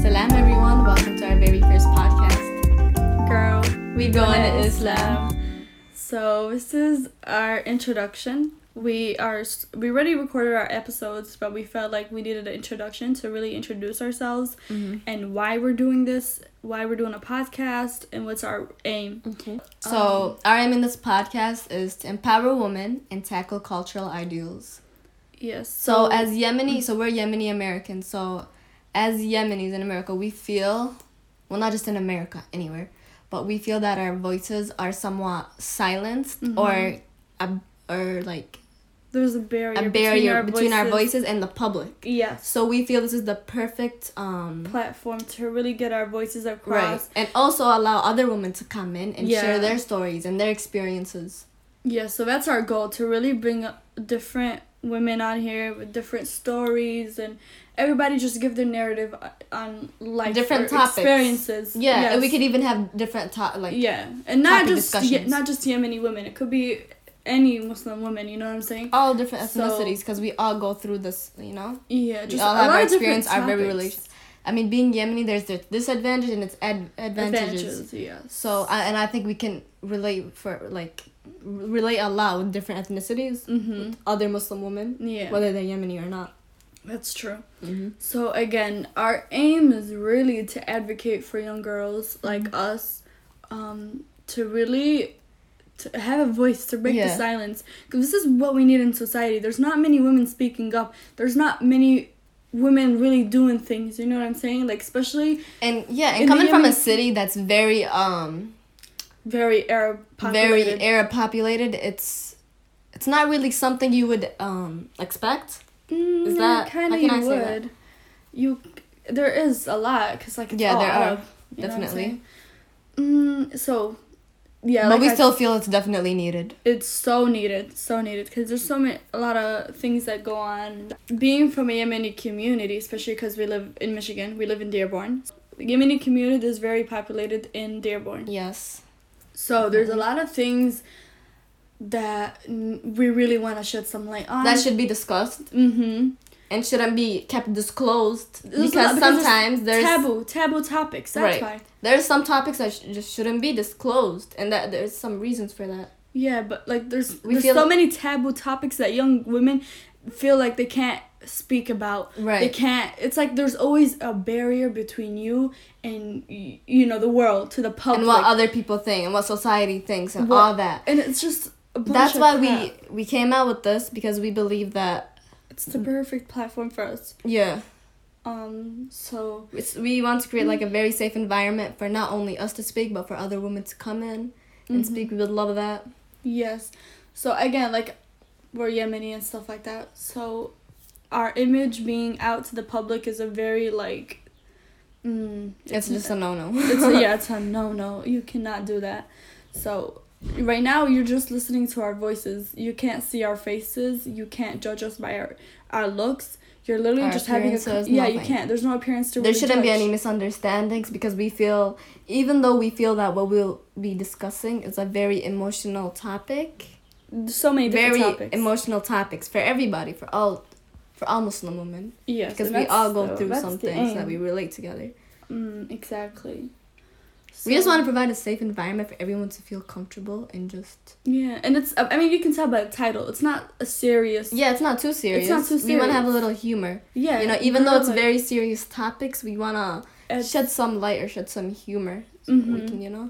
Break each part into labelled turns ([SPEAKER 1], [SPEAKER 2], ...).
[SPEAKER 1] Salam everyone, welcome to our very first podcast.
[SPEAKER 2] Girl,
[SPEAKER 1] We go into Islam. So this is our introduction. We are s- we already recorded our episodes, but we felt like we needed an introduction to really introduce ourselves
[SPEAKER 3] Mm-hmm.
[SPEAKER 1] and why we're doing this, why we're doing a podcast, and what's our aim.
[SPEAKER 3] Mm.
[SPEAKER 2] Okay.
[SPEAKER 3] So, our aim in this podcast is to empower women and tackle cultural ideals.
[SPEAKER 1] Yes.
[SPEAKER 3] So, as Yemeni, so we're Yemeni Americans. So, as Yemenis in America, we feel, well, not just in America, anywhere, but we feel that our voices are somewhat silenced or, ab- or like
[SPEAKER 1] there's a barrier,
[SPEAKER 3] a barrier between our voices and the public.
[SPEAKER 1] Yes.
[SPEAKER 3] So, we feel this is the perfect um,
[SPEAKER 1] Platform to really get our voices
[SPEAKER 3] right,
[SPEAKER 1] across.
[SPEAKER 3] and also allow other women to come in and
[SPEAKER 1] Yeah.
[SPEAKER 3] share their stories and their experiences.
[SPEAKER 1] Yeah, so that's our goal to really bring up different women on here with different stories and everybody just give their narrative o- on life
[SPEAKER 3] Different
[SPEAKER 1] or
[SPEAKER 3] topics.
[SPEAKER 1] experiences.
[SPEAKER 3] Yeah, and we
[SPEAKER 1] Yes.
[SPEAKER 3] could even have different top like
[SPEAKER 1] yeah, and not
[SPEAKER 3] topic
[SPEAKER 1] just yeah,
[SPEAKER 3] discussions.
[SPEAKER 1] not just Yemeni women. It could be any Muslim woman. You know what I'm saying?
[SPEAKER 3] all different
[SPEAKER 1] So-
[SPEAKER 3] ethnicities because we all go through this. You know,
[SPEAKER 1] Yeah,
[SPEAKER 3] we
[SPEAKER 1] just
[SPEAKER 3] all
[SPEAKER 1] a
[SPEAKER 3] have
[SPEAKER 1] lot
[SPEAKER 3] our
[SPEAKER 1] of different
[SPEAKER 3] experience, our very
[SPEAKER 1] topics.
[SPEAKER 3] relations. I mean, being Yemeni, there's the disadvantage and its ad- advantages.
[SPEAKER 1] Advantages, yes.
[SPEAKER 3] So, I, and I think we can relate for like r- relate a lot with different ethnicities,
[SPEAKER 1] mm-hmm.
[SPEAKER 3] with other Muslim women,
[SPEAKER 1] yeah,
[SPEAKER 3] whether they're Yemeni or not.
[SPEAKER 1] that's true.
[SPEAKER 3] Mm-hmm.
[SPEAKER 1] So again, our aim is really to advocate for young girls like
[SPEAKER 3] Mm-hmm.
[SPEAKER 1] us, um, to really to have a voice to break the
[SPEAKER 3] Yeah.
[SPEAKER 1] silence because this is what we need in society. There's not many women speaking up. There's not many women really doing things. You know what I'm saying? Like especially
[SPEAKER 3] And yeah, and
[SPEAKER 1] In the
[SPEAKER 3] coming from
[SPEAKER 1] Yemen-
[SPEAKER 3] a city that's very um
[SPEAKER 1] very Arab populated.
[SPEAKER 3] very Arab populated, it's it's not really something you would um expect.
[SPEAKER 1] Mm,
[SPEAKER 3] is
[SPEAKER 1] yeah,
[SPEAKER 3] that-
[SPEAKER 1] kinda
[SPEAKER 3] how can
[SPEAKER 1] you
[SPEAKER 3] I say that?
[SPEAKER 1] would. You there is a lot because like it's
[SPEAKER 3] Yeah,
[SPEAKER 1] all
[SPEAKER 3] there are,
[SPEAKER 1] Arab, you know what I'm
[SPEAKER 3] definitely.
[SPEAKER 1] saying? Mm, so yeah,
[SPEAKER 3] but
[SPEAKER 1] like
[SPEAKER 3] we
[SPEAKER 1] I
[SPEAKER 3] still feel it's definitely needed.
[SPEAKER 1] it's so needed, so needed, because there's so many, a lot of things that go on. Being from a Yemeni community, especially because we live in Michigan, we live in Dearborn. The Yemeni community is very populated in Dearborn,
[SPEAKER 3] Yes.
[SPEAKER 1] so there's
[SPEAKER 3] Mm-hmm.
[SPEAKER 1] a lot of things that n- we really want to shed some light on.
[SPEAKER 3] That should be discussed
[SPEAKER 1] mm-hmm.
[SPEAKER 3] and shouldn't be kept disclosed
[SPEAKER 1] There's a lot-
[SPEAKER 3] because,
[SPEAKER 1] because it's
[SPEAKER 3] sometimes there's
[SPEAKER 1] taboo, taboo topics. That's
[SPEAKER 3] Right.
[SPEAKER 1] why.
[SPEAKER 3] there's some topics that sh- just shouldn't be disclosed and that there's some reasons for that.
[SPEAKER 1] Yeah, but like there's
[SPEAKER 3] We
[SPEAKER 1] there's
[SPEAKER 3] feel-
[SPEAKER 1] so many taboo topics that young women feel like they can't speak about. They
[SPEAKER 3] Right.
[SPEAKER 1] can't. It's like there's always a barrier between you and y- you know the world to the public.
[SPEAKER 3] and what other people think and what society thinks and
[SPEAKER 1] What-
[SPEAKER 3] all that.
[SPEAKER 1] and it's just a bunch
[SPEAKER 3] That's
[SPEAKER 1] of
[SPEAKER 3] why
[SPEAKER 1] crap.
[SPEAKER 3] we we came out with this because we believe that
[SPEAKER 1] It's the perfect platform for us.
[SPEAKER 3] yeah,
[SPEAKER 1] Um. So
[SPEAKER 3] it's, we want to create like a very safe environment for not only us to speak but for other women to come in
[SPEAKER 1] Mm-hmm.
[SPEAKER 3] and speak. We would love that.
[SPEAKER 1] yes. So again, like we're Yemeni and stuff like that. So our image being out to the public is a very like. Mm,
[SPEAKER 3] It's just a no-no.
[SPEAKER 1] it's a, yeah, it's a no no. You cannot do that. So right now you're just listening to our voices. You can't see our faces. You can't judge us by our our looks. You're literally
[SPEAKER 3] Our
[SPEAKER 1] just having a co-
[SPEAKER 3] appearances,
[SPEAKER 1] yeah. You
[SPEAKER 3] nothing.
[SPEAKER 1] can't. There's no appearance to.
[SPEAKER 3] there
[SPEAKER 1] really
[SPEAKER 3] shouldn't be
[SPEAKER 1] judge.
[SPEAKER 3] any misunderstandings because we feel even though we feel that what we'll be discussing is a very emotional topic
[SPEAKER 1] so many different
[SPEAKER 3] very
[SPEAKER 1] topics.
[SPEAKER 3] emotional topics for everybody for all for all muslim women
[SPEAKER 1] yes,
[SPEAKER 3] because
[SPEAKER 1] and
[SPEAKER 3] we
[SPEAKER 1] that's
[SPEAKER 3] all go
[SPEAKER 1] the-
[SPEAKER 3] through
[SPEAKER 1] that's
[SPEAKER 3] some
[SPEAKER 1] the
[SPEAKER 3] things
[SPEAKER 1] aim.
[SPEAKER 3] that we relate together
[SPEAKER 1] Mm, exactly.
[SPEAKER 3] we just
[SPEAKER 1] So-
[SPEAKER 3] want to provide a safe environment for everyone to feel comfortable and just
[SPEAKER 1] Yeah, and it's. I mean, you can tell by the title. It's not a serious.
[SPEAKER 3] yeah it's not too serious
[SPEAKER 1] too
[SPEAKER 3] we want to have a
[SPEAKER 1] serious.
[SPEAKER 3] little humor
[SPEAKER 1] Yeah.
[SPEAKER 3] you know even though
[SPEAKER 1] we're
[SPEAKER 3] it's
[SPEAKER 1] like-
[SPEAKER 3] very serious topics we want to
[SPEAKER 1] it's-
[SPEAKER 3] shed some light or shed some humor so we
[SPEAKER 1] Mhm.
[SPEAKER 3] can you know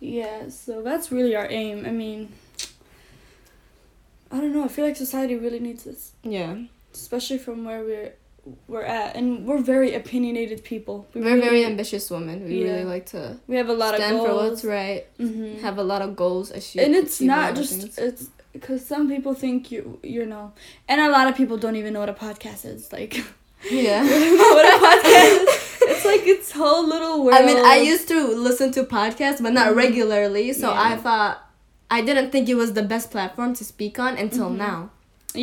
[SPEAKER 1] Yeah, so that's really our aim. I mean, I don't know. I feel like society really needs this,
[SPEAKER 3] yeah
[SPEAKER 1] especially from where we're we're at, and we're very opinionated people. We
[SPEAKER 3] we're very
[SPEAKER 1] really-
[SPEAKER 3] ambitious women we
[SPEAKER 1] Yeah.
[SPEAKER 3] really like to
[SPEAKER 1] we have a lot
[SPEAKER 3] stand
[SPEAKER 1] of
[SPEAKER 3] for
[SPEAKER 1] goals.
[SPEAKER 3] what's right
[SPEAKER 1] Mhm.
[SPEAKER 3] have a lot of goals achieve,
[SPEAKER 1] and it's
[SPEAKER 3] achieve a
[SPEAKER 1] not
[SPEAKER 3] lot of
[SPEAKER 1] just
[SPEAKER 3] things.
[SPEAKER 1] it's because some people think you you know, and a lot of people don't even know what a podcast is like.
[SPEAKER 3] yeah
[SPEAKER 1] what a podcast is. It's like its whole little world.
[SPEAKER 3] i mean i used to listen to podcasts but not
[SPEAKER 1] Mhm.
[SPEAKER 3] regularly so
[SPEAKER 1] Yeah. Mm-hmm.
[SPEAKER 3] i thought i didn't think it was the best platform to speak on until now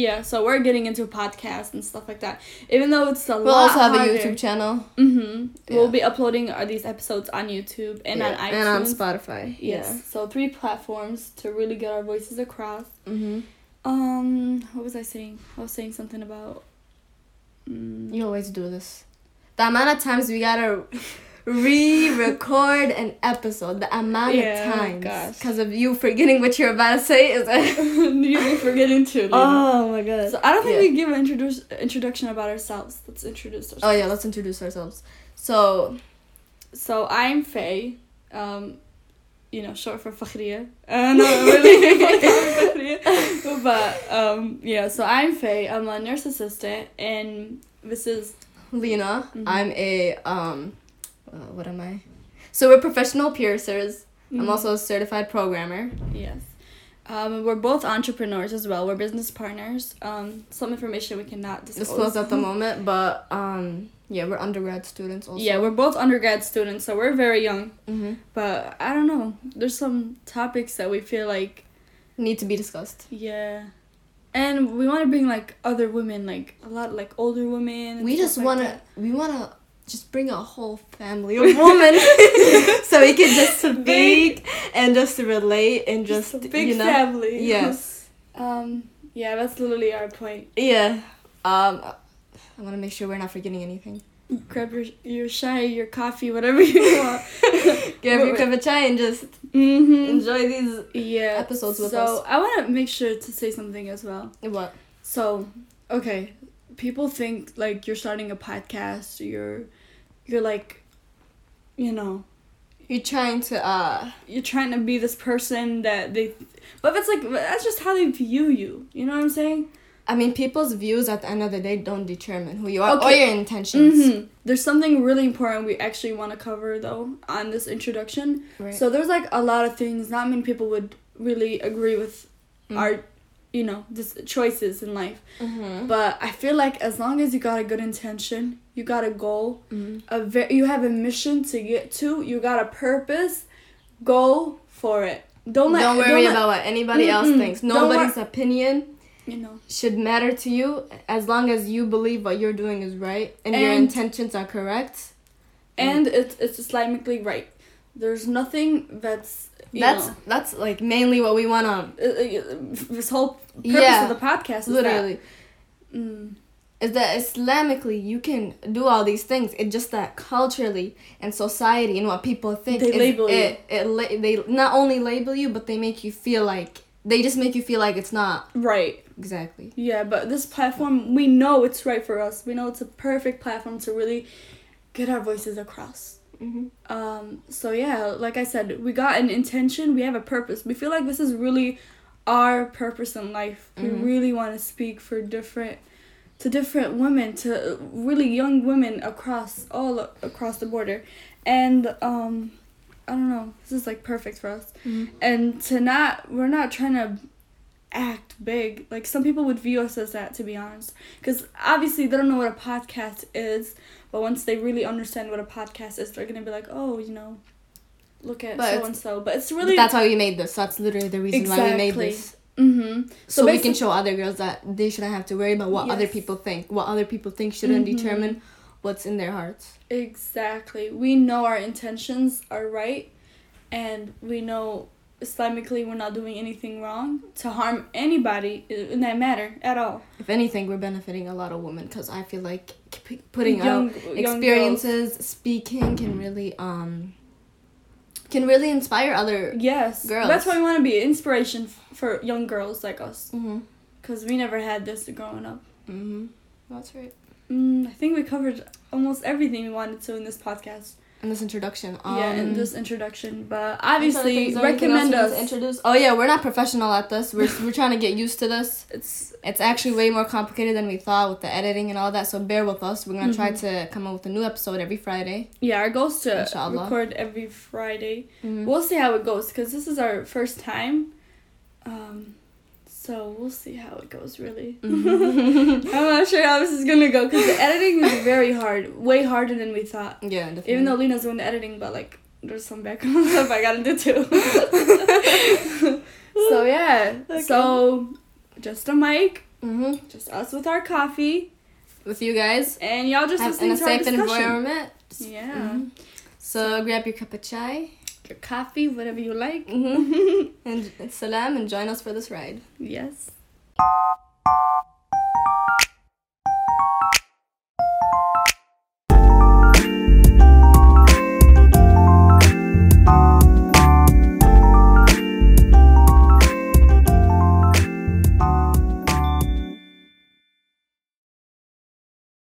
[SPEAKER 1] Yeah, so we're getting into podcasts and stuff like that. Even though it's a
[SPEAKER 3] We'll
[SPEAKER 1] lot
[SPEAKER 3] also have
[SPEAKER 1] harder.
[SPEAKER 3] a YouTube channel
[SPEAKER 1] Mm-hmm. We'll
[SPEAKER 3] Yeah.
[SPEAKER 1] be uploading uh, these episodes on YouTube and on iTunes.
[SPEAKER 3] and on Spotify.
[SPEAKER 1] Yes. So three platforms to really get our voices across.
[SPEAKER 3] Yeah. hmm
[SPEAKER 1] Um, what was I saying? I was saying something about. Mm,
[SPEAKER 3] You always do this. The amount of times we gotta re-record an episode. The amount
[SPEAKER 1] Yeah,
[SPEAKER 3] of times
[SPEAKER 1] gosh.
[SPEAKER 3] because of you forgetting what you're about to say is.
[SPEAKER 1] you're forgetting to. Lena.
[SPEAKER 3] oh my god.
[SPEAKER 1] so I don't think
[SPEAKER 3] yeah.
[SPEAKER 1] we give an introduce introduction about ourselves. Let's introduce ourselves.
[SPEAKER 3] Oh yeah, let's introduce ourselves. So
[SPEAKER 1] So I'm Faye, um, you know, short for Fakhriya. Uh, no, really, Fakhriya. But um, yeah, so I'm Faye. I'm a nurse assistant, and this is
[SPEAKER 3] Lena,
[SPEAKER 1] Mhm.
[SPEAKER 3] I'm a um, uh, what am I? So we're professional piercers. I'm also a certified programmer.
[SPEAKER 1] Mm-hmm. yes. Um, we're both entrepreneurs as well. We're business partners. Um, some information we cannot disclose. Mm-hmm.
[SPEAKER 3] Disclosed at the moment, but um, yeah, we're undergrad students also.
[SPEAKER 1] Yeah, we're both undergrad students, so we're very young.
[SPEAKER 3] hmm
[SPEAKER 1] But I don't know. There's some topics that we feel like
[SPEAKER 3] Need to be discussed.
[SPEAKER 1] Yeah. And we want to bring like other women, like a lot like older women. and
[SPEAKER 3] we
[SPEAKER 1] stuff
[SPEAKER 3] just
[SPEAKER 1] like
[SPEAKER 3] wanna,
[SPEAKER 1] that.
[SPEAKER 3] we wanna just bring a whole family of women, so we can just
[SPEAKER 1] Big-
[SPEAKER 3] speak and just relate and just,
[SPEAKER 1] a big
[SPEAKER 3] you know,
[SPEAKER 1] family.
[SPEAKER 3] yes,
[SPEAKER 1] Um. Yeah, that's literally our point.
[SPEAKER 3] yeah. Um, I want to make sure we're not forgetting anything.
[SPEAKER 1] Grab your your chai, your coffee, whatever you want.
[SPEAKER 3] Grab
[SPEAKER 1] Wait,
[SPEAKER 3] your
[SPEAKER 1] wait.
[SPEAKER 3] cup of chai and just
[SPEAKER 1] mm-hmm.
[SPEAKER 3] enjoy these.
[SPEAKER 1] Yeah.
[SPEAKER 3] Episodes with
[SPEAKER 1] so
[SPEAKER 3] us.
[SPEAKER 1] I want to make sure to say something as well.
[SPEAKER 3] What?
[SPEAKER 1] So, okay, people think like you're starting a podcast. You're, you're like, you know,
[SPEAKER 3] You're trying to uh
[SPEAKER 1] you're trying to be this person that they but it's like that's just how they view you you know what i'm saying
[SPEAKER 3] I mean people's views at the end of the day don't determine who you are or
[SPEAKER 1] Okay.
[SPEAKER 3] your intentions.
[SPEAKER 1] Mm-hmm. there's something really important we actually want to cover though on this introduction
[SPEAKER 3] Right.
[SPEAKER 1] Mm-hmm. so there's like a lot of things not many people would really agree with
[SPEAKER 3] Mm.
[SPEAKER 1] our you know this choices in life
[SPEAKER 3] Mhm.
[SPEAKER 1] but i feel like as long as you got a good intention you got a goal
[SPEAKER 3] Mhm.
[SPEAKER 1] a ve- you have a mission to get to you got a purpose go for it don't let
[SPEAKER 3] don't worry
[SPEAKER 1] let-
[SPEAKER 3] about what anybody else
[SPEAKER 1] Mm-mm.
[SPEAKER 3] thinks.
[SPEAKER 1] Don't wor-
[SPEAKER 3] Nobody's opinion
[SPEAKER 1] you know
[SPEAKER 3] should matter to you as long as you believe what you're doing is right and, your
[SPEAKER 1] And-
[SPEAKER 3] intentions are correct.
[SPEAKER 1] and it's it's Islamically right. There's nothing that's you
[SPEAKER 3] That's
[SPEAKER 1] know,
[SPEAKER 3] that's like mainly what we want to
[SPEAKER 1] uh, uh, this whole purpose
[SPEAKER 3] Yeah.
[SPEAKER 1] of the podcast is
[SPEAKER 3] literally
[SPEAKER 1] That, mm,
[SPEAKER 3] is that Islamically you can do all these things. It's just that culturally and society and what people think
[SPEAKER 1] They
[SPEAKER 3] is-
[SPEAKER 1] label you.
[SPEAKER 3] it, It la- they not only label you, but they make you feel like they just make you feel like it's not
[SPEAKER 1] right.
[SPEAKER 3] exactly.
[SPEAKER 1] Yeah, but this platform we know it's right for us. We know it's a perfect platform to really get our voices across.
[SPEAKER 3] Mm-hmm.
[SPEAKER 1] Um, so yeah, like I said, we got an intention, we have a purpose. We feel like this is really our purpose in life.
[SPEAKER 3] Mhm.
[SPEAKER 1] We really want to speak for different to different women, to really young women across all across the border. And um I don't know, this is like perfect for us.
[SPEAKER 3] Mm-hmm.
[SPEAKER 1] And to not we're not trying to act big. Like some people would view us as that to be honest. Cuz obviously they don't know what a podcast is, but once they really understand what a podcast is, they're going to be like, "Oh, you know, look at
[SPEAKER 3] But
[SPEAKER 1] so and so." But it's really
[SPEAKER 3] that's why we made this. That's literally the reason why we made
[SPEAKER 1] Exactly.
[SPEAKER 3] this.
[SPEAKER 1] Mhm.
[SPEAKER 3] So, we can
[SPEAKER 1] basic-
[SPEAKER 3] show other girls that they shouldn't have to worry about what other
[SPEAKER 1] Yes.
[SPEAKER 3] people think. What other people think shouldn't
[SPEAKER 1] Mhm.
[SPEAKER 3] determine what's in their hearts.
[SPEAKER 1] Exactly. We know our intentions are right and we know Islamically we're not doing anything wrong to harm anybody in that matter at all.
[SPEAKER 3] If anything, we're benefiting a lot of women because I feel like p- putting out
[SPEAKER 1] Young- young girls.
[SPEAKER 3] experiences speaking can really um can really inspire other
[SPEAKER 1] Yes.
[SPEAKER 3] girls.
[SPEAKER 1] That's why we want to be inspiration f- for young girls like us
[SPEAKER 3] mm-hmm.
[SPEAKER 1] cuz we never had this growing up.
[SPEAKER 3] Mm-hmm. that's right
[SPEAKER 1] Mm, I think we covered almost everything we wanted to in this podcast.
[SPEAKER 3] in this introduction um,
[SPEAKER 1] yeah, in this introduction, but
[SPEAKER 3] I'm trying to think,
[SPEAKER 1] obviously
[SPEAKER 3] is there anything else
[SPEAKER 1] recommend
[SPEAKER 3] we need to
[SPEAKER 1] us.
[SPEAKER 3] introduce oh yeah we're not professional at this we're, we're trying to get used to this
[SPEAKER 1] it's
[SPEAKER 3] it's actually way more complicated than we thought with the editing and all that so bear with us we're gonna try
[SPEAKER 1] Mm-hmm.
[SPEAKER 3] to come up with a new episode every friday
[SPEAKER 1] yeah, our goal is to
[SPEAKER 3] Inshallah.
[SPEAKER 1] record every Friday.
[SPEAKER 3] Mhm.
[SPEAKER 1] We'll see how it goes because this is our first time. Um, so we'll see how it goes, really.
[SPEAKER 3] Mm-hmm.
[SPEAKER 1] I'm not sure how this is gonna go because the editing is very hard, way harder than we thought.
[SPEAKER 3] yeah definitely.
[SPEAKER 1] Even though Lena's doing the editing, but like there's some background stuff I gotta do too. so, yeah. So, just a mic,
[SPEAKER 3] hmm
[SPEAKER 1] Just us with our coffee,
[SPEAKER 3] With you guys.
[SPEAKER 1] and y'all just
[SPEAKER 3] Have, in
[SPEAKER 1] listening
[SPEAKER 3] a
[SPEAKER 1] to our
[SPEAKER 3] safe
[SPEAKER 1] discussion.
[SPEAKER 3] environment.
[SPEAKER 1] Yeah.
[SPEAKER 3] Mhm. So grab your cup of chai
[SPEAKER 1] Your coffee, whatever you like.
[SPEAKER 3] mm-hmm. and salam and join us for this ride.
[SPEAKER 1] Yes.